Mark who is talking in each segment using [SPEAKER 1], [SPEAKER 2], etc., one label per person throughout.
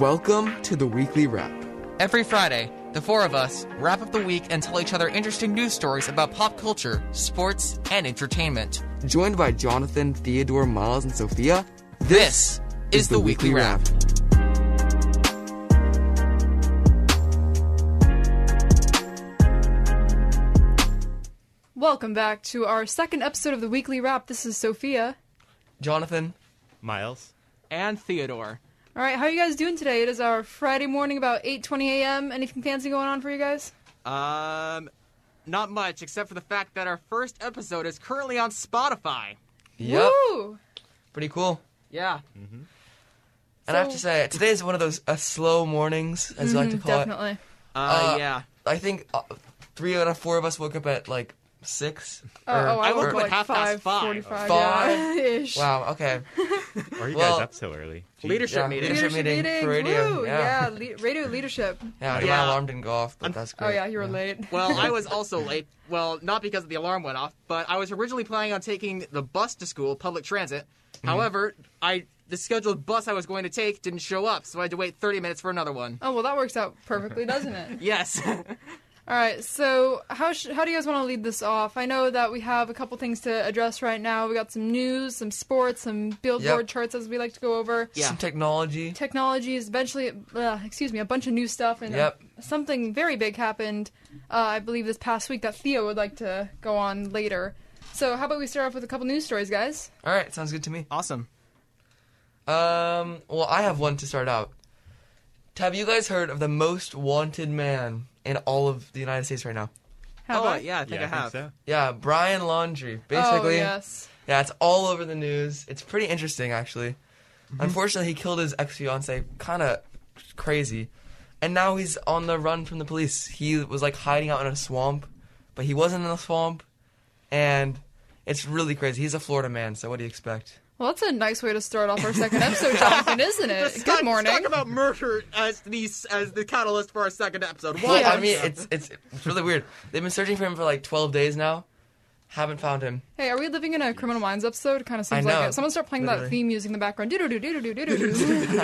[SPEAKER 1] Welcome to the weekly wrap.
[SPEAKER 2] Every Friday, the four of us wrap up the week and tell each other interesting news stories about pop culture, sports, and entertainment.
[SPEAKER 1] Joined by Jonathan, Theodore, Miles, and Sophia,
[SPEAKER 2] This is, the, Weekly Wrap.
[SPEAKER 3] Welcome back to our second episode of the weekly wrap. This is Sophia.
[SPEAKER 2] Jonathan,
[SPEAKER 4] Miles.
[SPEAKER 5] and Theodore.
[SPEAKER 3] All right, how are you guys doing today? It is our Friday morning about 8:20 a.m. Anything fancy going on for you guys?
[SPEAKER 5] Um, not much except for the fact that our first episode is currently on Spotify.
[SPEAKER 2] yep,
[SPEAKER 3] Woo!
[SPEAKER 2] pretty cool.
[SPEAKER 5] Yeah,
[SPEAKER 2] And I have
[SPEAKER 3] So- Mm-hmm,
[SPEAKER 2] to say, today's one of those uh, slow mornings, as
[SPEAKER 5] Mm,
[SPEAKER 2] you like to call it.
[SPEAKER 3] Definitely.
[SPEAKER 5] uh,
[SPEAKER 2] Uh,
[SPEAKER 5] yeah.
[SPEAKER 2] I think uh, three out of four of us woke up at like six. or-
[SPEAKER 3] Uh, oh, I
[SPEAKER 5] I woke
[SPEAKER 3] work
[SPEAKER 5] up
[SPEAKER 3] like
[SPEAKER 5] at half past five.
[SPEAKER 3] 5:45.
[SPEAKER 2] Five?
[SPEAKER 3] Yeah, ish.
[SPEAKER 2] wow. Okay.
[SPEAKER 4] Why are you
[SPEAKER 2] Well-
[SPEAKER 4] guys up so early? Jeez.
[SPEAKER 5] Leadership
[SPEAKER 2] Yeah,
[SPEAKER 5] meeting.
[SPEAKER 2] leadership-
[SPEAKER 3] Leadership
[SPEAKER 2] meeting
[SPEAKER 3] meeting.
[SPEAKER 2] for radio,
[SPEAKER 3] Woo!
[SPEAKER 2] yeah.
[SPEAKER 3] Yeah, le- radio leadership.
[SPEAKER 2] Yeah,
[SPEAKER 5] Yeah.
[SPEAKER 2] my alarm didn't go off, but
[SPEAKER 4] I'm-
[SPEAKER 2] that's great.
[SPEAKER 3] Oh yeah, you were late.
[SPEAKER 5] Well, I was also late. Well, not because the alarm went off, but I was originally planning on taking the bus to school, public transit.
[SPEAKER 2] Mm-hmm.
[SPEAKER 5] However, I the scheduled bus I was going to take didn't show up, so I had to wait 30 minutes for another one.
[SPEAKER 3] oh well, that works out perfectly, doesn't it?
[SPEAKER 5] Yes.
[SPEAKER 3] All right, so how sh- how do you guys want to lead this off? I know that we have a couple things to address right now. We got some news, some sports, some Billboard
[SPEAKER 2] Yep.
[SPEAKER 3] charts as we like to go over.
[SPEAKER 5] Yeah.
[SPEAKER 2] Some technology.
[SPEAKER 3] Technologies, eventually, uh, excuse me, a bunch of new stuff, and uh,
[SPEAKER 2] Yep.
[SPEAKER 3] something very big happened, uh, I believe, this past week that Theo would like to go on later. So how about we start off with a couple news stories, guys?
[SPEAKER 2] All right, sounds good to me.
[SPEAKER 5] awesome.
[SPEAKER 2] Um, well, I have one to start out. Have you guys heard of the most wanted man in all of the United States right now?
[SPEAKER 3] Have
[SPEAKER 5] oh,
[SPEAKER 3] I?
[SPEAKER 5] yeah, I think
[SPEAKER 4] Yeah,
[SPEAKER 5] I have.
[SPEAKER 4] so.
[SPEAKER 2] Yeah, Brian Laundry. Basically,
[SPEAKER 3] oh yes.
[SPEAKER 2] yeah, it's all over the news. It's pretty interesting, actually.
[SPEAKER 3] Mm-hmm.
[SPEAKER 2] Unfortunately, he killed his ex fiance, kind of crazy, and now he's on the run from the police. He was like hiding out in a swamp, but he wasn't in the swamp, and it's really crazy. He's a Florida man, so what do you expect?
[SPEAKER 3] Well, that's a nice way to start off our second episode, Jonathan, isn't it? Good morning.
[SPEAKER 5] Talk about murder as the as the catalyst for our second episode. Why?
[SPEAKER 2] Well,
[SPEAKER 3] Yeah.
[SPEAKER 2] I mean, it's, it's it's really weird. They've been searching for him for like 12 days now. Haven't found him.
[SPEAKER 3] Hey, are we living in a Criminal Minds episode? It kind of seems
[SPEAKER 2] I know,
[SPEAKER 3] like it. Someone start playing that
[SPEAKER 2] literally.
[SPEAKER 3] theme music in the background. Do do do do do do do do.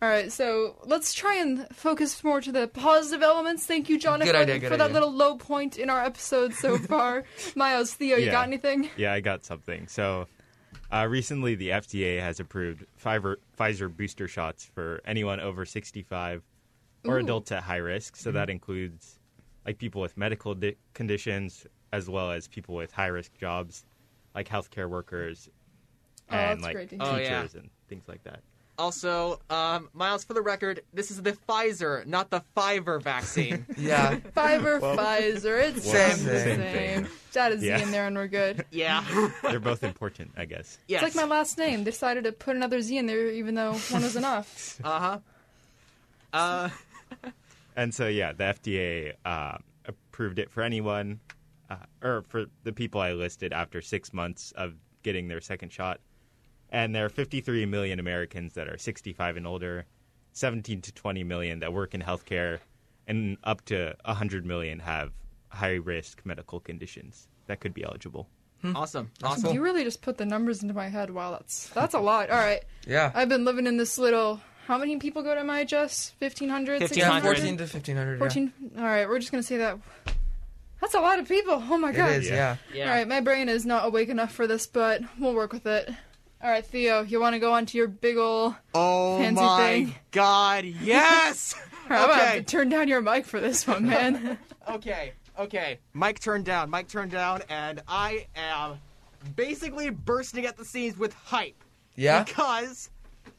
[SPEAKER 3] All right, so let's try and focus more to the positive elements. Thank you, Jonathan,
[SPEAKER 2] idea, good
[SPEAKER 3] for that
[SPEAKER 2] idea.
[SPEAKER 3] little low point in our episode so far. Miles, Theo, you
[SPEAKER 4] Yeah.
[SPEAKER 3] got anything?
[SPEAKER 4] Yeah, I got something. So, uh, recently the FDA has approved Fiver- Pfizer booster shots for anyone over 65 or adults at high risk. So that includes like people with medical di- conditions as well as people with high risk jobs, like healthcare workers
[SPEAKER 3] Oh,
[SPEAKER 4] and
[SPEAKER 3] that's
[SPEAKER 4] like
[SPEAKER 3] great to
[SPEAKER 4] teachers
[SPEAKER 3] hear.
[SPEAKER 5] Oh, yeah.
[SPEAKER 4] and things like that.
[SPEAKER 5] Also, um, Miles, for the record, this is the Pfizer, not the Fiverr vaccine.
[SPEAKER 2] Yeah.
[SPEAKER 3] Fiverr, Pfizer, it's
[SPEAKER 2] Well,
[SPEAKER 3] the
[SPEAKER 2] same
[SPEAKER 4] thing.
[SPEAKER 3] That is
[SPEAKER 4] Yeah.
[SPEAKER 3] Z in there, and we're good.
[SPEAKER 5] yeah.
[SPEAKER 4] They're both important, I guess.
[SPEAKER 5] yes.
[SPEAKER 3] It's like my last name. They decided to put another Z in there, even though one was enough.
[SPEAKER 5] Uh-huh. Uh
[SPEAKER 4] And so, yeah, the FDA uh, approved it for anyone, uh, or for the people I listed after six months of getting their second shot. And there are 53 million Americans that are 65 and older, 17 to 20 million that work in healthcare, and up to 100 million have high risk medical conditions that could be eligible.
[SPEAKER 5] Awesome.
[SPEAKER 3] You
[SPEAKER 5] Awesome.
[SPEAKER 3] really just put the numbers into my head. Wow, that's that's a lot. All right.
[SPEAKER 2] Yeah.
[SPEAKER 3] I've been living in this little. How many people go to MIHS? 1,500?
[SPEAKER 2] yeah,
[SPEAKER 5] 1,500.
[SPEAKER 2] 14 to 1500.
[SPEAKER 3] 14? All right, we're just going to say that. That's a lot of people. Oh my
[SPEAKER 2] Yeah.
[SPEAKER 3] God.
[SPEAKER 2] It is, yeah.
[SPEAKER 4] Yeah.
[SPEAKER 5] Yeah.
[SPEAKER 3] All right, my brain is not awake enough for this, but we'll work with it. All right, Theo, you want to go on to your big ol'.
[SPEAKER 5] Oh
[SPEAKER 3] Fancy
[SPEAKER 5] my
[SPEAKER 3] thing.
[SPEAKER 5] god. Yes.
[SPEAKER 3] All right, I'm gonna have
[SPEAKER 5] Okay.
[SPEAKER 3] to turn down your mic for this one, man.
[SPEAKER 5] okay. Okay. Mike turned down. Mike turned down and I am basically bursting at the seams with hype
[SPEAKER 2] Yeah.
[SPEAKER 5] because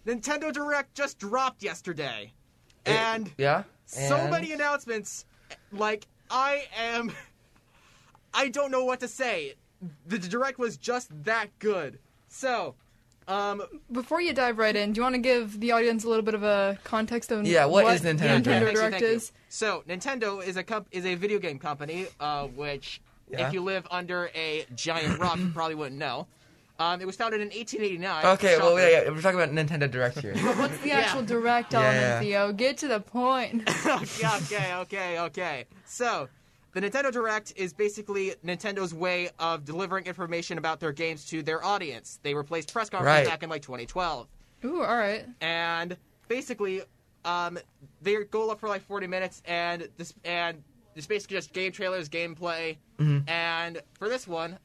[SPEAKER 5] Nintendo Direct just dropped yesterday.
[SPEAKER 2] It-
[SPEAKER 5] and
[SPEAKER 2] yeah.
[SPEAKER 5] so
[SPEAKER 2] and-
[SPEAKER 5] many announcements. Like I am, I don't know what to say. The direct was just that good. So, um,
[SPEAKER 3] Before you dive right in, do you want to give the audience a little bit of a context on
[SPEAKER 2] Yeah, what is Nintendo
[SPEAKER 5] yeah,
[SPEAKER 2] Nintendo
[SPEAKER 5] thank you,
[SPEAKER 2] Direct.
[SPEAKER 5] thank you.
[SPEAKER 3] is?
[SPEAKER 5] So Nintendo is a comp- is a video game company, uh, which
[SPEAKER 2] Yeah.
[SPEAKER 5] if you live under a giant rock, you probably wouldn't know. Um, it was founded in 1889.
[SPEAKER 2] Okay, well,
[SPEAKER 5] Shocker.
[SPEAKER 2] yeah, yeah, we're talking about Nintendo Direct here.
[SPEAKER 3] What's the actual direct
[SPEAKER 2] Yeah,
[SPEAKER 3] element,
[SPEAKER 2] yeah.
[SPEAKER 3] Theo? Get to the point.
[SPEAKER 5] Yeah, okay, okay, okay. So, the Nintendo Direct is basically Nintendo's way of delivering information about their games to their audience. They replaced press conferences
[SPEAKER 2] Right.
[SPEAKER 5] back in like 2012.
[SPEAKER 3] Ooh, all right.
[SPEAKER 5] and basically, um, they go up for like 40 minutes, and this and it's basically just game trailers, gameplay, and for this one,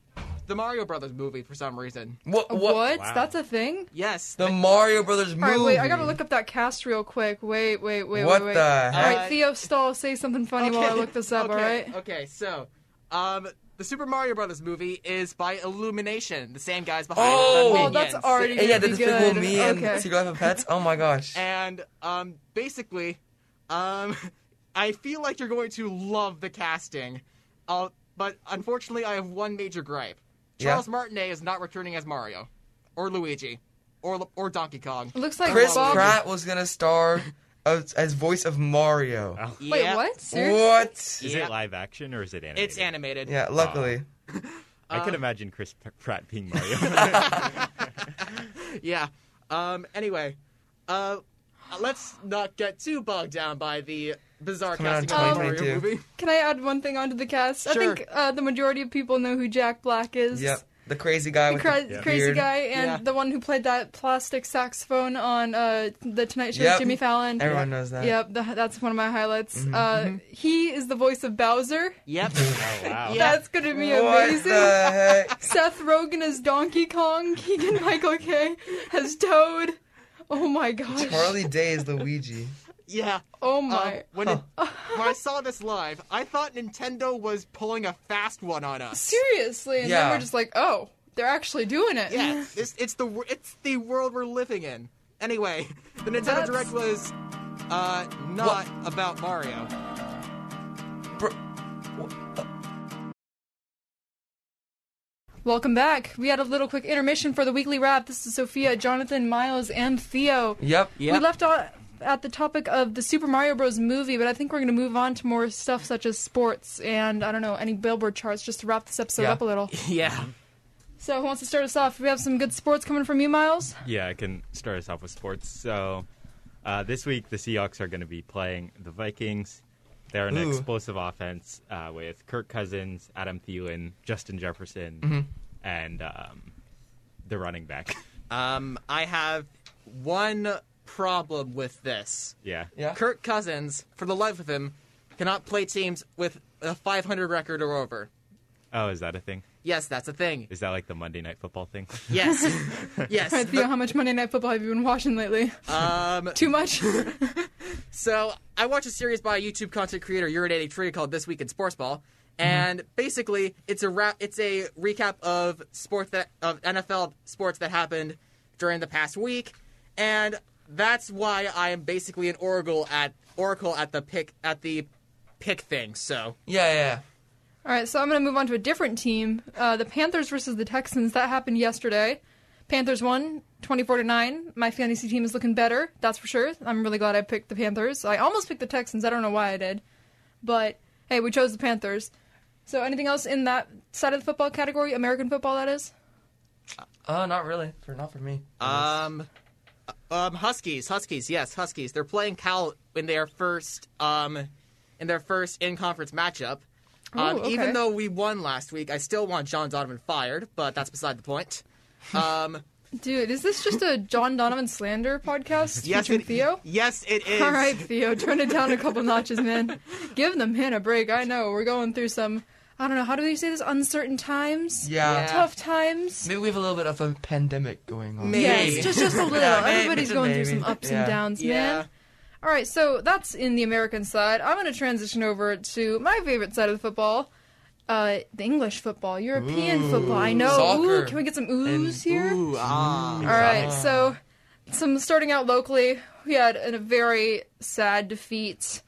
[SPEAKER 5] the Mario Brothers movie for some reason.
[SPEAKER 2] What?
[SPEAKER 3] A
[SPEAKER 2] What?
[SPEAKER 3] What?
[SPEAKER 4] Wow.
[SPEAKER 3] That's a thing?
[SPEAKER 5] Yes,
[SPEAKER 2] The Mario Brothers movie.
[SPEAKER 3] All right, wait. I gotta look up that cast real quick. Wait, wait, wait,
[SPEAKER 2] What
[SPEAKER 3] wait, wait.
[SPEAKER 2] the
[SPEAKER 3] All
[SPEAKER 2] heck?
[SPEAKER 5] Uh,
[SPEAKER 3] right, Theo Stahl, say something funny while I look this up.
[SPEAKER 5] okay.
[SPEAKER 3] All right.
[SPEAKER 5] Okay, so, um, the Super Mario Brothers movie is by Illumination, the same guys behind.
[SPEAKER 2] Oh!
[SPEAKER 5] the
[SPEAKER 2] Oh,
[SPEAKER 3] that's
[SPEAKER 5] Minions.
[SPEAKER 3] already
[SPEAKER 2] Yeah, yeah, the
[SPEAKER 3] Be
[SPEAKER 2] Despicable
[SPEAKER 3] good.
[SPEAKER 2] Me and
[SPEAKER 3] Okay.
[SPEAKER 2] Secret Life of Pets. Oh my gosh.
[SPEAKER 5] And um, basically, um, I feel like you're going to love the casting, uh, but unfortunately, I have one major gripe.
[SPEAKER 2] Yeah.
[SPEAKER 5] Charles Martinet is not returning as Mario, or Luigi, or or Donkey Kong.
[SPEAKER 3] It looks like
[SPEAKER 2] Chris
[SPEAKER 3] Bob.
[SPEAKER 2] Pratt was gonna star as, as voice of Mario.
[SPEAKER 4] Oh.
[SPEAKER 3] Wait,
[SPEAKER 5] Yeah.
[SPEAKER 3] what? Uh, Seriously?
[SPEAKER 2] What?
[SPEAKER 4] Is
[SPEAKER 5] Yeah.
[SPEAKER 4] it live action or is it animated?
[SPEAKER 5] It's animated.
[SPEAKER 2] Yeah, luckily.
[SPEAKER 4] I could imagine Chris P- Pratt being Mario. Oh,
[SPEAKER 5] Yeah. Um. Anyway, uh, let's not get too bogged down by the bizarre
[SPEAKER 2] coming out in
[SPEAKER 5] casting of the Mario
[SPEAKER 2] 2022.
[SPEAKER 5] movie.
[SPEAKER 3] Can I add one thing onto the cast? I
[SPEAKER 5] Sure.
[SPEAKER 3] think uh, the majority of people know who Jack Black is.
[SPEAKER 2] Yep. The crazy guy
[SPEAKER 3] The
[SPEAKER 2] with
[SPEAKER 3] cra-
[SPEAKER 2] the
[SPEAKER 3] crazy
[SPEAKER 2] beard.
[SPEAKER 3] guy and
[SPEAKER 5] Yeah.
[SPEAKER 3] the one who played that plastic saxophone on uh, the Tonight Show,
[SPEAKER 2] Yep.
[SPEAKER 3] Jimmy Fallon.
[SPEAKER 2] Everyone knows that. Mm-hmm.
[SPEAKER 3] Yep, the, that's one of my highlights.
[SPEAKER 5] Mm-hmm.
[SPEAKER 3] Uh, he is the voice of Bowser.
[SPEAKER 5] Yep.
[SPEAKER 4] oh, wow.
[SPEAKER 5] Yeah.
[SPEAKER 3] That's gonna be
[SPEAKER 2] What
[SPEAKER 3] amazing.
[SPEAKER 2] the heck?
[SPEAKER 3] Seth Rogen as Donkey Kong. Keegan Michael K as Toad. Oh my gosh.
[SPEAKER 2] Charlie Day is Luigi.
[SPEAKER 5] yeah.
[SPEAKER 3] Oh
[SPEAKER 5] Um,
[SPEAKER 3] my.
[SPEAKER 5] when, it- when I saw this live, I thought Nintendo was pulling a fast one on us.
[SPEAKER 3] Seriously, and
[SPEAKER 2] Yeah.
[SPEAKER 3] then we're just like, oh, they're actually doing it.
[SPEAKER 5] Yeah, it's, it's the wor- it's the world we're living in. Anyway, the Nintendo
[SPEAKER 3] That's-
[SPEAKER 5] Direct was uh, not about Mario.
[SPEAKER 2] Bro-
[SPEAKER 3] Welcome back. We had a little quick intermission for the weekly wrap. This is Sophia, Jonathan, Miles, and Theo.
[SPEAKER 2] Yep.
[SPEAKER 3] We left off at the topic of the Super Mario Bros. movie, but I think we're going to move on to more stuff such as sports and, I don't know, any billboard charts just to wrap this episode
[SPEAKER 2] Yeah.
[SPEAKER 3] up a little.
[SPEAKER 5] Yeah.
[SPEAKER 3] So, who wants to start us off? We have some good sports coming from you, Miles.
[SPEAKER 4] Yeah, I can start us off with sports. So uh, this week, the Seahawks are going to be playing the Vikings. They're an
[SPEAKER 2] Ooh.
[SPEAKER 4] explosive offense uh, with Kirk Cousins, Adam Thielen, Justin Jefferson,
[SPEAKER 2] Mm-hmm.
[SPEAKER 4] and um, the running back.
[SPEAKER 5] Um, I have one problem with this.
[SPEAKER 4] yeah.
[SPEAKER 2] Yeah.
[SPEAKER 5] Kirk Cousins, for the life of him, cannot play teams with a 500 record or over.
[SPEAKER 4] Oh, is that a thing?
[SPEAKER 5] Yes, that's a thing.
[SPEAKER 4] Is that like the Monday Night Football thing?
[SPEAKER 5] Yes. yes.
[SPEAKER 3] All right, Theo, how much Monday Night Football have you been watching lately?
[SPEAKER 5] Um,
[SPEAKER 3] Too much?
[SPEAKER 5] So I watched a series by a YouTube content creator, Urinating Tree, called This Week in Sports Ball, and basically it's a ra- it's a recap of sports that of NFL sports that happened during the past week, and that's why I am basically an oracle at oracle at the pick at the pick thing. So
[SPEAKER 2] Yeah, yeah.
[SPEAKER 3] All right, so I'm going to move on to a different team. Uh, the Panthers versus the Texans. That happened yesterday. Panthers won 24 to 9. My fantasy team is looking better, that's for sure. I'm really glad I picked the Panthers. I almost picked the Texans. I don't know why I did. But hey, we chose the Panthers. So anything else in that side of the football category? American football, that is?
[SPEAKER 2] Uh, not really. For not for me.
[SPEAKER 5] um. Um, Huskies, Huskies, yes, Huskies. They're playing Cal in their first, um, in their first in-conference matchup. Um,
[SPEAKER 3] Ooh, okay.
[SPEAKER 5] Even though we won last week, I still want John Donovan fired, but that's beside the point. Um,
[SPEAKER 3] Dude, is this just a John Donovan slander podcast
[SPEAKER 5] yes,
[SPEAKER 3] featuring
[SPEAKER 5] it-
[SPEAKER 3] Theo?
[SPEAKER 5] Yes, it is.
[SPEAKER 3] All right, Theo, turn it down a couple notches, man. Give the man a break. I know we're going through some. I don't know. How do we say this? Uncertain times.
[SPEAKER 2] Yeah.
[SPEAKER 3] Tough times.
[SPEAKER 2] Maybe we have a little bit of a pandemic going on.
[SPEAKER 5] Maybe.
[SPEAKER 3] Yes, just just a little.
[SPEAKER 2] Yeah, maybe,
[SPEAKER 3] Everybody's
[SPEAKER 2] just
[SPEAKER 3] going through
[SPEAKER 2] maybe.
[SPEAKER 3] some ups
[SPEAKER 2] Yeah.
[SPEAKER 3] and downs,
[SPEAKER 5] Yeah.
[SPEAKER 3] man. All right, so that's in the American side. I'm going to transition over to my favorite side of the football, uh, the English football, European
[SPEAKER 2] Ooh.
[SPEAKER 3] football. I know.
[SPEAKER 2] Soccer.
[SPEAKER 3] Ooh, can we get some
[SPEAKER 2] And-
[SPEAKER 3] oohs here?
[SPEAKER 2] Ooh, ah.
[SPEAKER 3] All right, so some starting out locally, we had a very sad defeat.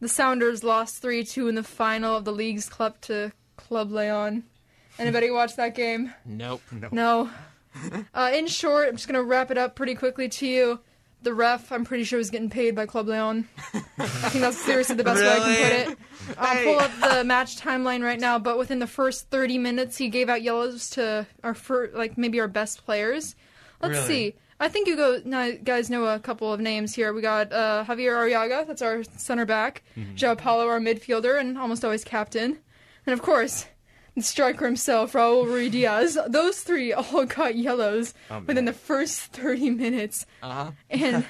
[SPEAKER 3] The Sounders lost three two in the final of the league's club to Club Leon. Anybody watch that game?
[SPEAKER 5] Nope.
[SPEAKER 3] No. Uh, in short, I'm just gonna wrap it up pretty quickly to you. The ref, I'm pretty sure, was getting paid by Club Leon. I think that's seriously the best way I can
[SPEAKER 2] Really?
[SPEAKER 3] put it. I'll pull up the match timeline right now, but within the first 30 minutes, he gave out yellows to our fir- like maybe our best players. Let's
[SPEAKER 2] Really?
[SPEAKER 3] see. I think you go now, guys know a couple of names here. We got uh, Javier Arriaga, that's our center back, Joe Paulo, our midfielder, and almost always captain, and of course the striker himself, Raul Ruiz Diaz, those three all got yellows within the first 30 minutes.
[SPEAKER 5] Uh-huh.
[SPEAKER 3] And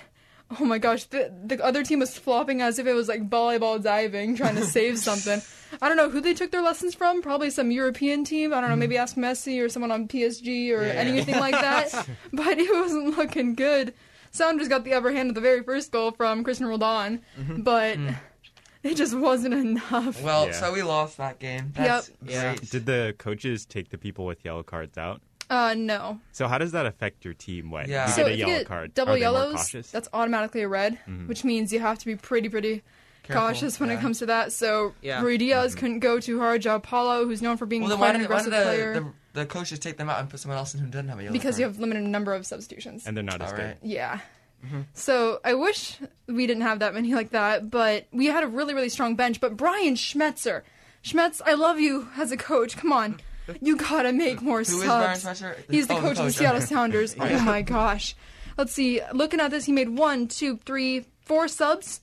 [SPEAKER 3] oh my gosh, the, the other team was flopping as if it was like volleyball diving, trying to save something. I don't know who they took their lessons from. Probably some European team. I
[SPEAKER 4] Mm-hmm.
[SPEAKER 3] don't know, maybe ask Messi or someone on PSG or
[SPEAKER 2] Yeah.
[SPEAKER 3] anything like that. But it wasn't looking good. Sounders got the upper hand of the very first goal from Christian Roldan,
[SPEAKER 4] Mm-hmm.
[SPEAKER 3] but
[SPEAKER 4] Mm.
[SPEAKER 3] it just wasn't enough.
[SPEAKER 2] Well,
[SPEAKER 4] Yeah.
[SPEAKER 2] so we lost that game. That's
[SPEAKER 3] Yep.
[SPEAKER 5] Yeah.
[SPEAKER 2] great.
[SPEAKER 4] Did the coaches take the people with yellow cards out?
[SPEAKER 3] Uh, no.
[SPEAKER 4] So how does that affect your team when
[SPEAKER 2] Yeah.
[SPEAKER 4] you
[SPEAKER 2] So
[SPEAKER 4] get a yellow card?
[SPEAKER 3] double
[SPEAKER 4] Are they more
[SPEAKER 3] yellows,
[SPEAKER 4] cautious? Mm-hmm.
[SPEAKER 3] that's automatically a red, which means you have to be pretty, pretty
[SPEAKER 2] Careful,
[SPEAKER 3] cautious when
[SPEAKER 2] yeah. Mm-hmm.
[SPEAKER 3] it comes to that. So
[SPEAKER 5] Yeah.
[SPEAKER 3] Rui Diaz couldn't go too hard. Jao Paulo, who's known for being
[SPEAKER 2] Well, then why
[SPEAKER 3] quite an
[SPEAKER 2] did, why did
[SPEAKER 3] aggressive player,
[SPEAKER 2] the, the, the coaches take them out and put someone else in who didn't have a yellow
[SPEAKER 3] because you
[SPEAKER 2] card?
[SPEAKER 3] have limited number of substitutions.
[SPEAKER 4] and they're not as
[SPEAKER 2] All
[SPEAKER 4] good.
[SPEAKER 2] right.
[SPEAKER 3] Yeah.
[SPEAKER 2] Mm-hmm.
[SPEAKER 3] So I wish we didn't have that many like that, but we had a really, really strong bench. But Brian Schmetzer, Schmetz, I love you as a coach. Come on. You gotta make more
[SPEAKER 2] Who
[SPEAKER 3] subs.
[SPEAKER 2] is Brian Schmetzer?
[SPEAKER 3] He's the
[SPEAKER 2] Oh, the
[SPEAKER 3] coach of the
[SPEAKER 2] coach,
[SPEAKER 3] Seattle
[SPEAKER 2] okay.
[SPEAKER 3] Sounders. Oh my gosh. Let's see. Looking at this, he made one, two, three, four subs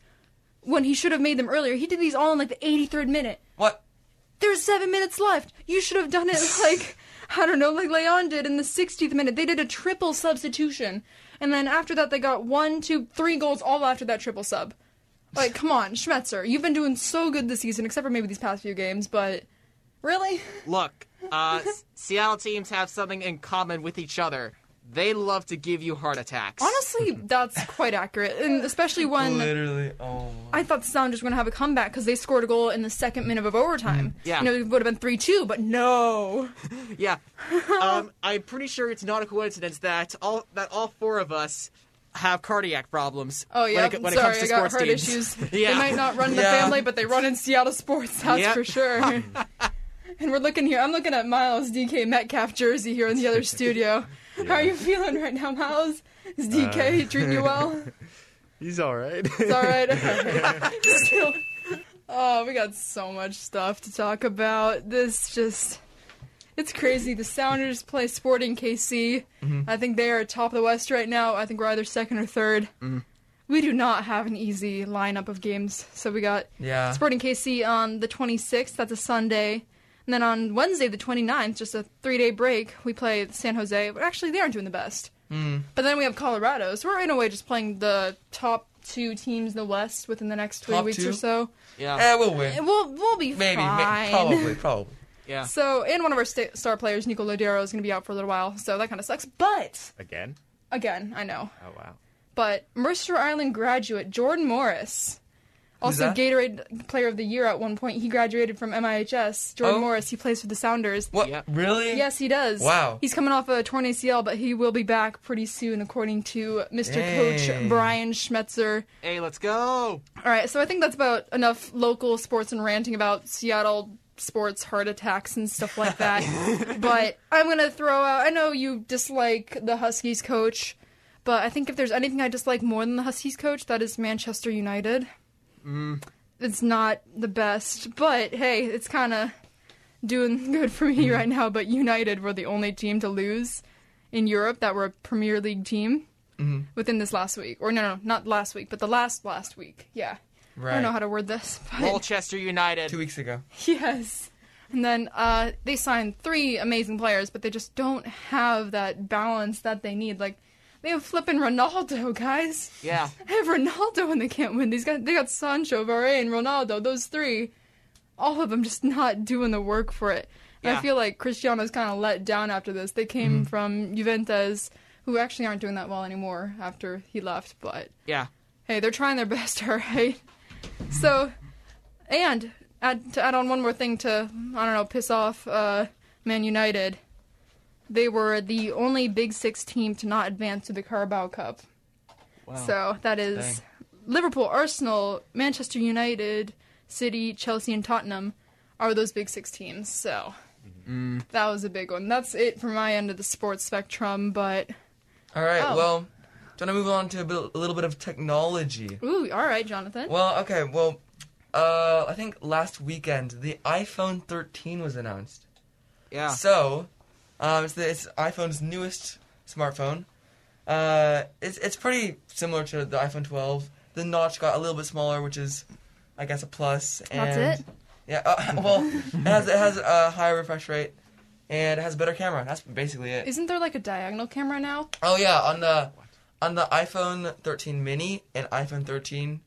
[SPEAKER 3] when he should have made them earlier. He did these all in like the 83rd minute
[SPEAKER 2] What?
[SPEAKER 3] there's seven minutes left. You should have done it like, I don't know, like Leon did in the 60th minute. They did a triple substitution. And then after that, they got one, two, three goals all after that triple sub. Like, come on, Schmetzer. You've been doing so good this season, except for maybe these past few games, but really?
[SPEAKER 5] Look, uh, S- Seattle teams have something in common with each other. They love to give you heart attacks.
[SPEAKER 3] Honestly, that's quite accurate. And especially when.
[SPEAKER 2] Literally. Oh.
[SPEAKER 3] I thought the Sounders were going to have a comeback because they scored a goal in the second minute of overtime.
[SPEAKER 5] Yeah.
[SPEAKER 3] You know, it would have been 3 2, but no.
[SPEAKER 5] Yeah. Um, I'm pretty sure it's not a coincidence that all that all four of us have cardiac problems.
[SPEAKER 3] Oh
[SPEAKER 5] when
[SPEAKER 3] yeah,
[SPEAKER 5] it co- when it,
[SPEAKER 3] sorry,
[SPEAKER 5] comes to
[SPEAKER 3] I got
[SPEAKER 5] sports
[SPEAKER 3] heart
[SPEAKER 5] teams.
[SPEAKER 3] issues.
[SPEAKER 5] Yeah.
[SPEAKER 3] They might not run the
[SPEAKER 2] Yeah.
[SPEAKER 3] family, but they run in Seattle sports. That's
[SPEAKER 5] Yep.
[SPEAKER 3] for sure. and we're looking here. I'm looking at Miles DK Metcalf jersey here in the other studio. How are you feeling right now, Miles? Is DK
[SPEAKER 5] Uh,
[SPEAKER 3] treating you well?
[SPEAKER 4] He's all right.
[SPEAKER 3] It's all right. Okay. Still- oh, we got so much stuff to talk about. This just. It's crazy. The Sounders play Sporting KC. I think they are top of the West right now. I think we're either second or 3rd We do not have an easy lineup of games. So we got
[SPEAKER 2] Yeah.
[SPEAKER 3] Sporting KC on the 26th. That's a Sunday. And then on Wednesday, the 29th, just a three day break, we play San Jose. But actually, they aren't doing the best.
[SPEAKER 2] Hmm.
[SPEAKER 3] But then we have Colorado. So we're in a way just playing the top two teams in the West within the next three
[SPEAKER 2] Top
[SPEAKER 3] weeks
[SPEAKER 2] two?
[SPEAKER 3] or so.
[SPEAKER 5] Yeah.
[SPEAKER 3] Uh,
[SPEAKER 2] Eh, we'll win.
[SPEAKER 3] And we'll, we'll be
[SPEAKER 2] Maybe,
[SPEAKER 3] fine.
[SPEAKER 2] may- probably, probably.
[SPEAKER 5] Yeah.
[SPEAKER 3] So, and one of our sta- star players, Nico Lodero, is going to be out for a little while. So that kind of sucks. But,
[SPEAKER 4] Again?
[SPEAKER 3] again, I know.
[SPEAKER 4] Oh wow.
[SPEAKER 3] But Mercer Island graduate Jordan Morris, also
[SPEAKER 2] that?
[SPEAKER 3] Gatorade Player of the Year at one point, he graduated from MIHS. Jordan
[SPEAKER 2] Oh.
[SPEAKER 3] Morris, he plays for the Sounders.
[SPEAKER 2] What?
[SPEAKER 5] Yep.
[SPEAKER 2] Really?
[SPEAKER 3] Yes, he does.
[SPEAKER 2] Wow.
[SPEAKER 3] He's coming off a torn ACL, but he will be back pretty soon, according to Mr.
[SPEAKER 2] Dang.
[SPEAKER 3] Coach Brian Schmetzer.
[SPEAKER 5] Hey, let's go.
[SPEAKER 3] All right, so I think that's about enough local sports and ranting about Seattle sports heart attacks and stuff like that. but I'm going to throw out I know you dislike the Huskies coach, but I think if there's anything I dislike more than the Huskies coach, that is Manchester United. It's not the best, but hey, it's kind of doing good for me right now. But United were the only team to lose in Europe that were a Premier League team within this last week. Or no, no, not last week, but the last last week. Yeah. I don't know
[SPEAKER 2] Right.
[SPEAKER 3] how to word this, but
[SPEAKER 5] Colchester United.
[SPEAKER 2] Two weeks ago.
[SPEAKER 3] yes. And then uh, they signed three amazing players, but they just don't have that balance that they need. Like they have flippin' Ronaldo, guys.
[SPEAKER 5] Yeah.
[SPEAKER 3] They have Ronaldo and they can't win. These guys, they got Sancho, Varane, Ronaldo. Those three, all of them just not doing the work for it. And
[SPEAKER 5] Yeah.
[SPEAKER 3] I feel like Cristiano's kind of let down after this. They came from Juventus, who actually aren't doing that well anymore after he left. But
[SPEAKER 5] Yeah.
[SPEAKER 3] hey, they're trying their best, all right. So, and add, to add on one more thing to I don't know, piss off uh, Man United. They were the only Big Six team to not advance to the Carabao Cup. So that is
[SPEAKER 2] Dang.
[SPEAKER 3] Liverpool, Arsenal, Manchester United, City, Chelsea, and Tottenham are those Big Six teams. So that was a big one. That's it for my end of the sports spectrum. But
[SPEAKER 2] All right.
[SPEAKER 3] Oh.
[SPEAKER 2] Well, do you want to move on to a, bit, a little bit of technology?
[SPEAKER 3] ooh, all right, Jonathan.
[SPEAKER 2] Well, okay. Well, uh, I think last weekend the iPhone 13 was announced.
[SPEAKER 5] Yeah.
[SPEAKER 2] So, um, it's, the, it's iPhone's newest smartphone. Uh, it's it's pretty similar to the iPhone 12. The notch got a little bit smaller, which is, I guess, a plus. And
[SPEAKER 3] That's it?
[SPEAKER 2] Yeah. Uh, well, it has it has a higher refresh rate, and it has a better camera. That's basically it.
[SPEAKER 3] Isn't there like a diagonal camera now?
[SPEAKER 2] Oh yeah, on the on the iPhone 13 mini and iPhone 13,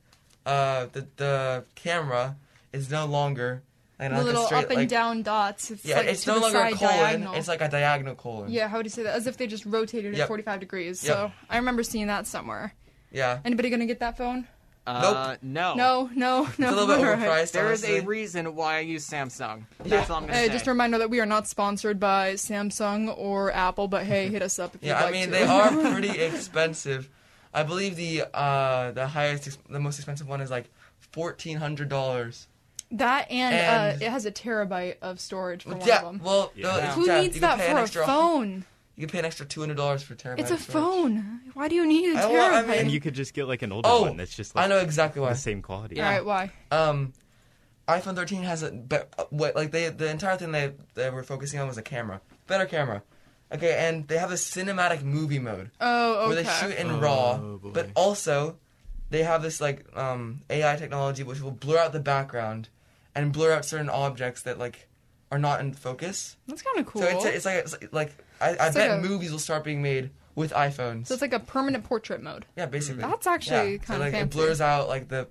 [SPEAKER 2] uh, the the camera is no longer and
[SPEAKER 3] the little up and down dots. It's
[SPEAKER 2] Yeah,
[SPEAKER 3] like
[SPEAKER 2] it's
[SPEAKER 3] to
[SPEAKER 2] no
[SPEAKER 3] the
[SPEAKER 2] longer a
[SPEAKER 3] side
[SPEAKER 2] colon.
[SPEAKER 3] diagonal.
[SPEAKER 2] It's like a diagonal colon.
[SPEAKER 3] yeah, how would you say that? As if they just rotated
[SPEAKER 2] Yep.
[SPEAKER 3] it 45 degrees.
[SPEAKER 2] Yep.
[SPEAKER 3] So I remember seeing that somewhere.
[SPEAKER 2] Yeah.
[SPEAKER 3] Anybody gonna get that phone?
[SPEAKER 5] Uh, no.
[SPEAKER 3] No, no,
[SPEAKER 2] Oh.
[SPEAKER 3] no.
[SPEAKER 2] It's a little bit
[SPEAKER 3] All right.
[SPEAKER 2] overpriced.
[SPEAKER 5] There is a
[SPEAKER 2] honestly.
[SPEAKER 5] reason why I use Samsung. That's all I'm gonna
[SPEAKER 3] Hey,
[SPEAKER 5] say.
[SPEAKER 3] just a reminder that we are not sponsored by Samsung or Apple, but hey, hit us up if
[SPEAKER 2] Yeah,
[SPEAKER 3] you'd
[SPEAKER 2] I
[SPEAKER 3] like
[SPEAKER 2] mean
[SPEAKER 3] to.
[SPEAKER 2] they are pretty expensive. I believe the uh the highest ex- the most expensive one is like fourteen hundred dollars.
[SPEAKER 3] that and,
[SPEAKER 2] and-
[SPEAKER 3] uh, it has a terabyte of storage for one
[SPEAKER 2] Yeah,
[SPEAKER 3] of them.
[SPEAKER 2] well,
[SPEAKER 4] Yeah.
[SPEAKER 2] the-
[SPEAKER 3] Who
[SPEAKER 2] yeah,
[SPEAKER 3] needs
[SPEAKER 2] you can
[SPEAKER 3] that
[SPEAKER 2] pay an
[SPEAKER 3] for a
[SPEAKER 2] extra-
[SPEAKER 3] phone?
[SPEAKER 2] You can pay an extra two hundred dollars for a terabyte.
[SPEAKER 3] It's a
[SPEAKER 2] of storage.
[SPEAKER 3] phone. Why do you need a
[SPEAKER 2] I
[SPEAKER 3] terabyte?
[SPEAKER 2] want- I mean-
[SPEAKER 4] And you could just get like an older
[SPEAKER 2] Oh,
[SPEAKER 4] one that's just like
[SPEAKER 2] I know exactly why.
[SPEAKER 4] the same quality.
[SPEAKER 3] All right, why?
[SPEAKER 2] Um, iPhone 13 has a be- uh, what like they the entire thing they they were focusing on was a camera, better camera. Okay, and they have a cinematic movie mode
[SPEAKER 3] Oh,
[SPEAKER 2] where
[SPEAKER 3] okay.
[SPEAKER 2] they shoot in
[SPEAKER 4] Oh,
[SPEAKER 2] RAW,
[SPEAKER 4] boy.
[SPEAKER 2] but also they have this like um, AI technology which will blur out the background and blur out certain objects that like are not in focus.
[SPEAKER 3] That's kind of cool.
[SPEAKER 2] So it's, it's like it's like I, I
[SPEAKER 3] It's
[SPEAKER 2] bet
[SPEAKER 3] like a-
[SPEAKER 2] movies will start being made with iPhones.
[SPEAKER 3] So it's like a permanent portrait mode.
[SPEAKER 2] yeah, basically.
[SPEAKER 3] That's actually
[SPEAKER 2] so,
[SPEAKER 3] kind
[SPEAKER 2] like,
[SPEAKER 3] of fancy.
[SPEAKER 2] It blurs out like the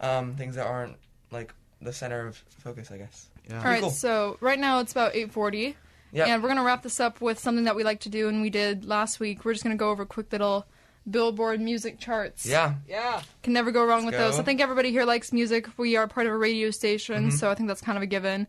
[SPEAKER 2] um, things that aren't like the center of focus, I guess.
[SPEAKER 3] All
[SPEAKER 2] Pretty
[SPEAKER 3] right,
[SPEAKER 2] cool.
[SPEAKER 3] so right now it's about 8:40,
[SPEAKER 2] Yep.
[SPEAKER 3] and we're gonna wrap this up with something that we like to do and we did last week. We're just gonna go over a quick little Billboard music charts.
[SPEAKER 2] Yeah.
[SPEAKER 5] yeah.
[SPEAKER 3] Can never go wrong with
[SPEAKER 2] go. Mm-hmm.
[SPEAKER 3] those. I think everybody here likes music. We are part of a radio station, so I think that's kind of a given.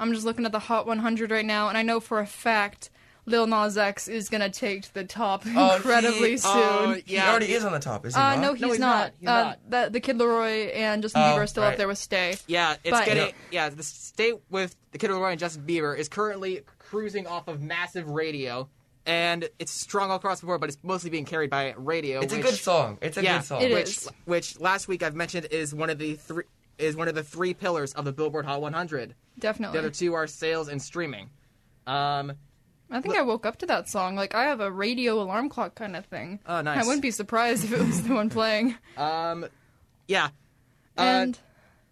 [SPEAKER 3] I'm just looking at the Hot 100 right now, and I know for a fact Lil Nas X is going to take the top
[SPEAKER 2] he-
[SPEAKER 3] incredibly
[SPEAKER 2] oh,
[SPEAKER 3] soon.
[SPEAKER 5] Oh, yeah.
[SPEAKER 2] He already is on the top, is he
[SPEAKER 3] uh,
[SPEAKER 2] not?
[SPEAKER 3] no, he's,
[SPEAKER 5] he's
[SPEAKER 3] not.
[SPEAKER 5] not. He's
[SPEAKER 3] uh,
[SPEAKER 5] not.
[SPEAKER 3] The, the Kid Leroy and Justin
[SPEAKER 2] Oh,
[SPEAKER 3] Bieber are still
[SPEAKER 2] right.
[SPEAKER 3] up there with Stay.
[SPEAKER 5] Yeah, it's
[SPEAKER 3] But-
[SPEAKER 5] getting yeah. The state with the Kid Leroy and Justin Bieber is currently cruising off of massive radio, and it's strong all across the board, but it's mostly being carried by radio.
[SPEAKER 2] It's a
[SPEAKER 5] which-
[SPEAKER 2] good song. It's a
[SPEAKER 5] yeah,
[SPEAKER 2] good song.
[SPEAKER 3] It
[SPEAKER 5] which,
[SPEAKER 3] is.
[SPEAKER 5] Which last week I've mentioned is one of the three is one of the three pillars of the Billboard Hot 100. The
[SPEAKER 3] Definitely.
[SPEAKER 5] other two are sales and streaming. Um,
[SPEAKER 3] I think I woke up to that song. Like I have a radio alarm clock kind of thing.
[SPEAKER 5] Oh, nice.
[SPEAKER 3] I wouldn't be surprised if it was the one playing.
[SPEAKER 5] um, yeah. Uh,
[SPEAKER 3] And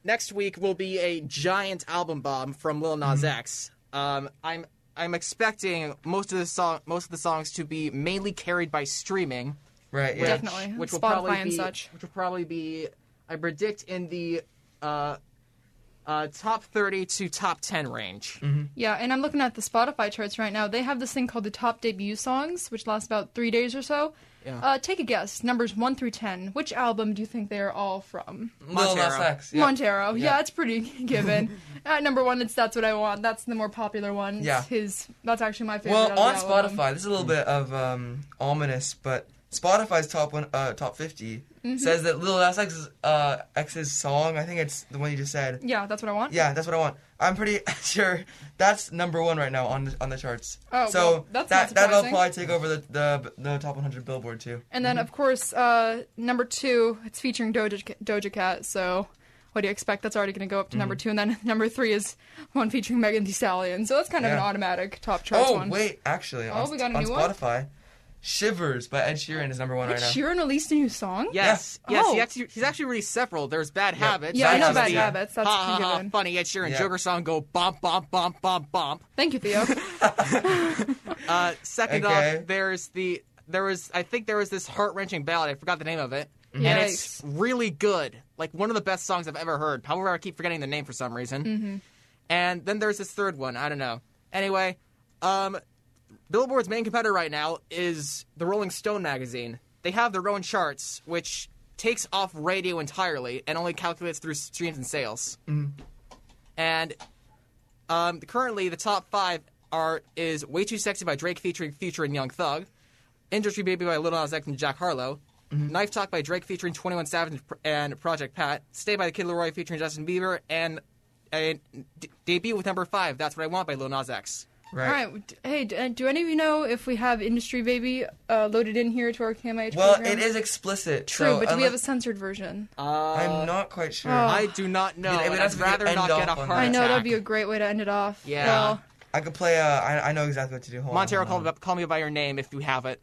[SPEAKER 5] next week will be a giant album bomb from Lil Nas
[SPEAKER 3] Mm-hmm.
[SPEAKER 5] X. Um, I'm I'm expecting most of the song most of the songs to be mainly carried by streaming,
[SPEAKER 2] right, yeah.
[SPEAKER 5] which,
[SPEAKER 3] Definitely.
[SPEAKER 5] which will
[SPEAKER 3] Spotify
[SPEAKER 5] probably
[SPEAKER 3] and
[SPEAKER 5] be,
[SPEAKER 3] such.
[SPEAKER 5] which will probably be I predict in the uh, uh, top thirty to top ten range.
[SPEAKER 3] yeah, and I'm looking at the Spotify charts right now. They have this thing called the top debut songs, which lasts about three days or so.
[SPEAKER 5] Yeah.
[SPEAKER 3] Uh, take a guess. Numbers one through ten. Which album do you think they are all from?
[SPEAKER 2] Lil Nas
[SPEAKER 5] Montero.
[SPEAKER 2] X, yeah.
[SPEAKER 3] Montero. Yeah. it's pretty given. at number one, it's "That's What I Want." That's the more popular one. It's
[SPEAKER 2] Yeah.
[SPEAKER 3] his. That's actually my favorite.
[SPEAKER 2] Well, on
[SPEAKER 3] out of the album.
[SPEAKER 2] Spotify, this is a little bit of um, ominous, but Spotify's top one, uh, top 50
[SPEAKER 3] Mm-hmm.
[SPEAKER 2] says that Lil Nas X's, uh, X's song, I think it's the one you just said.
[SPEAKER 3] Yeah, that's what I want.
[SPEAKER 2] Yeah, that's what I want. I'm pretty sure that's number one right now on the, on the charts.
[SPEAKER 3] Oh,
[SPEAKER 2] so
[SPEAKER 3] well, that's
[SPEAKER 2] that
[SPEAKER 3] not
[SPEAKER 2] that'll probably
[SPEAKER 3] surprising.
[SPEAKER 2] take over the, the the top 100 Billboard too.
[SPEAKER 3] And then, of course, uh, number two, it's featuring Doja, Doja Cat. So, what do you expect? That's already going to go up to
[SPEAKER 2] Mm-hmm.
[SPEAKER 3] number two. And then number three is one featuring Megan Thee Stallion. So that's kind of an
[SPEAKER 2] Yeah.
[SPEAKER 3] automatic top charts
[SPEAKER 2] Oh
[SPEAKER 3] one.
[SPEAKER 2] wait, actually, on,
[SPEAKER 3] Oh, we got a
[SPEAKER 2] on
[SPEAKER 3] new one?
[SPEAKER 2] Spotify, "Shivers" by Ed Sheeran is number one
[SPEAKER 3] Ed
[SPEAKER 2] right now.
[SPEAKER 3] Sheeran released a new song.
[SPEAKER 5] Yes, yes,
[SPEAKER 3] Oh.
[SPEAKER 5] he actually, he's actually released several. There's Bad Habits.
[SPEAKER 3] Yeah, I know
[SPEAKER 2] That's
[SPEAKER 3] Bad
[SPEAKER 2] the-
[SPEAKER 3] Habits. That's
[SPEAKER 5] ha, ha, ha,
[SPEAKER 3] given.
[SPEAKER 5] funny Ed Sheeran
[SPEAKER 2] Yeah.
[SPEAKER 5] Joker song go bump bump bump bump bump.
[SPEAKER 3] Thank you, Theo.
[SPEAKER 5] Uh, second
[SPEAKER 2] Okay.
[SPEAKER 5] off, there's the there was I think there was this heart wrenching ballad. I forgot the name of it, and it's really good. Like one of the best songs I've ever heard. However, I keep forgetting the name for some reason. And then there's this third one. I don't know. Anyway, um, Billboard's main competitor right now is the Rolling Stone magazine. They have their own charts, which takes off radio entirely and only calculates through streams and sales. And um, currently, the top five are is "Way Too Sexy" by Drake featuring Future and Young Thug, "Industry Baby" by Lil Nas X and Jack Harlow,
[SPEAKER 2] Mm-hmm.
[SPEAKER 5] "Knife Talk" by Drake featuring Twenty One Savage and Pro- and Project Pat, "Stay" by the Kid Leroy featuring Justin Bieber, and a d- debut with number five. That's what I want by Lil Nas X.
[SPEAKER 3] All right. d- Hey, d- uh, do any of you know if we have Industry Baby uh, loaded in here to our KMIH
[SPEAKER 2] Well,
[SPEAKER 3] program?
[SPEAKER 2] it is Um, explicit.
[SPEAKER 3] True,
[SPEAKER 2] so
[SPEAKER 3] but do we have a Oh.
[SPEAKER 2] unless-
[SPEAKER 3] censored version?
[SPEAKER 2] I'm not quite sure.
[SPEAKER 5] Uh, I do not know.
[SPEAKER 2] I mean,
[SPEAKER 5] and
[SPEAKER 2] that's
[SPEAKER 5] I'd
[SPEAKER 2] if we could
[SPEAKER 5] rather
[SPEAKER 2] end
[SPEAKER 5] not get a
[SPEAKER 2] off on
[SPEAKER 5] heart
[SPEAKER 2] that.
[SPEAKER 3] I know
[SPEAKER 5] attack.
[SPEAKER 3] that'd be a great way to end it off.
[SPEAKER 5] Yeah.
[SPEAKER 3] Well,
[SPEAKER 2] I could play. Uh, I I know exactly what to do. Hold on,
[SPEAKER 5] Montero,
[SPEAKER 2] hold
[SPEAKER 5] call,
[SPEAKER 2] on.
[SPEAKER 5] Me- call me by your name if you have it,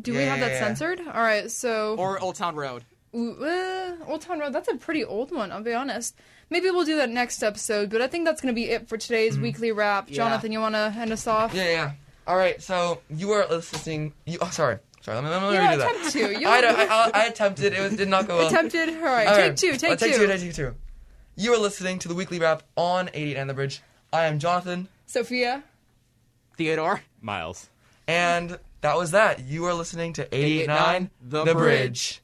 [SPEAKER 3] do we
[SPEAKER 2] Yeah,
[SPEAKER 3] have
[SPEAKER 2] yeah,
[SPEAKER 3] that
[SPEAKER 2] yeah. Mm-hmm.
[SPEAKER 3] censored? All right. So
[SPEAKER 5] or Old Town Road.
[SPEAKER 3] Ooh, uh, Old Town Road, that's a pretty old one, I'll be honest. Maybe we'll do that next episode, but I think that's going to be it for today's weekly wrap.
[SPEAKER 5] Yeah.
[SPEAKER 3] Jonathan, you want to end us off?
[SPEAKER 2] Hmm. Yeah, yeah. All right, so you are listening. You, oh, sorry, sorry. Let me, let me
[SPEAKER 3] Yeah,
[SPEAKER 2] redo that.
[SPEAKER 3] attempt to. You
[SPEAKER 2] I, don't- I, I, I attempted. It was, did not go well.
[SPEAKER 3] attempted. All right,
[SPEAKER 2] All
[SPEAKER 3] take
[SPEAKER 2] right.
[SPEAKER 3] two, take,
[SPEAKER 2] Uh, take
[SPEAKER 3] two.
[SPEAKER 2] two, take two. You are listening to the weekly wrap on 88 and the Bridge. I am Jonathan,
[SPEAKER 3] Sophia,
[SPEAKER 5] Theodore.
[SPEAKER 4] Miles.
[SPEAKER 2] and that was that. You are listening to 88.9
[SPEAKER 5] The
[SPEAKER 2] The
[SPEAKER 5] Bridge.
[SPEAKER 2] Bridge.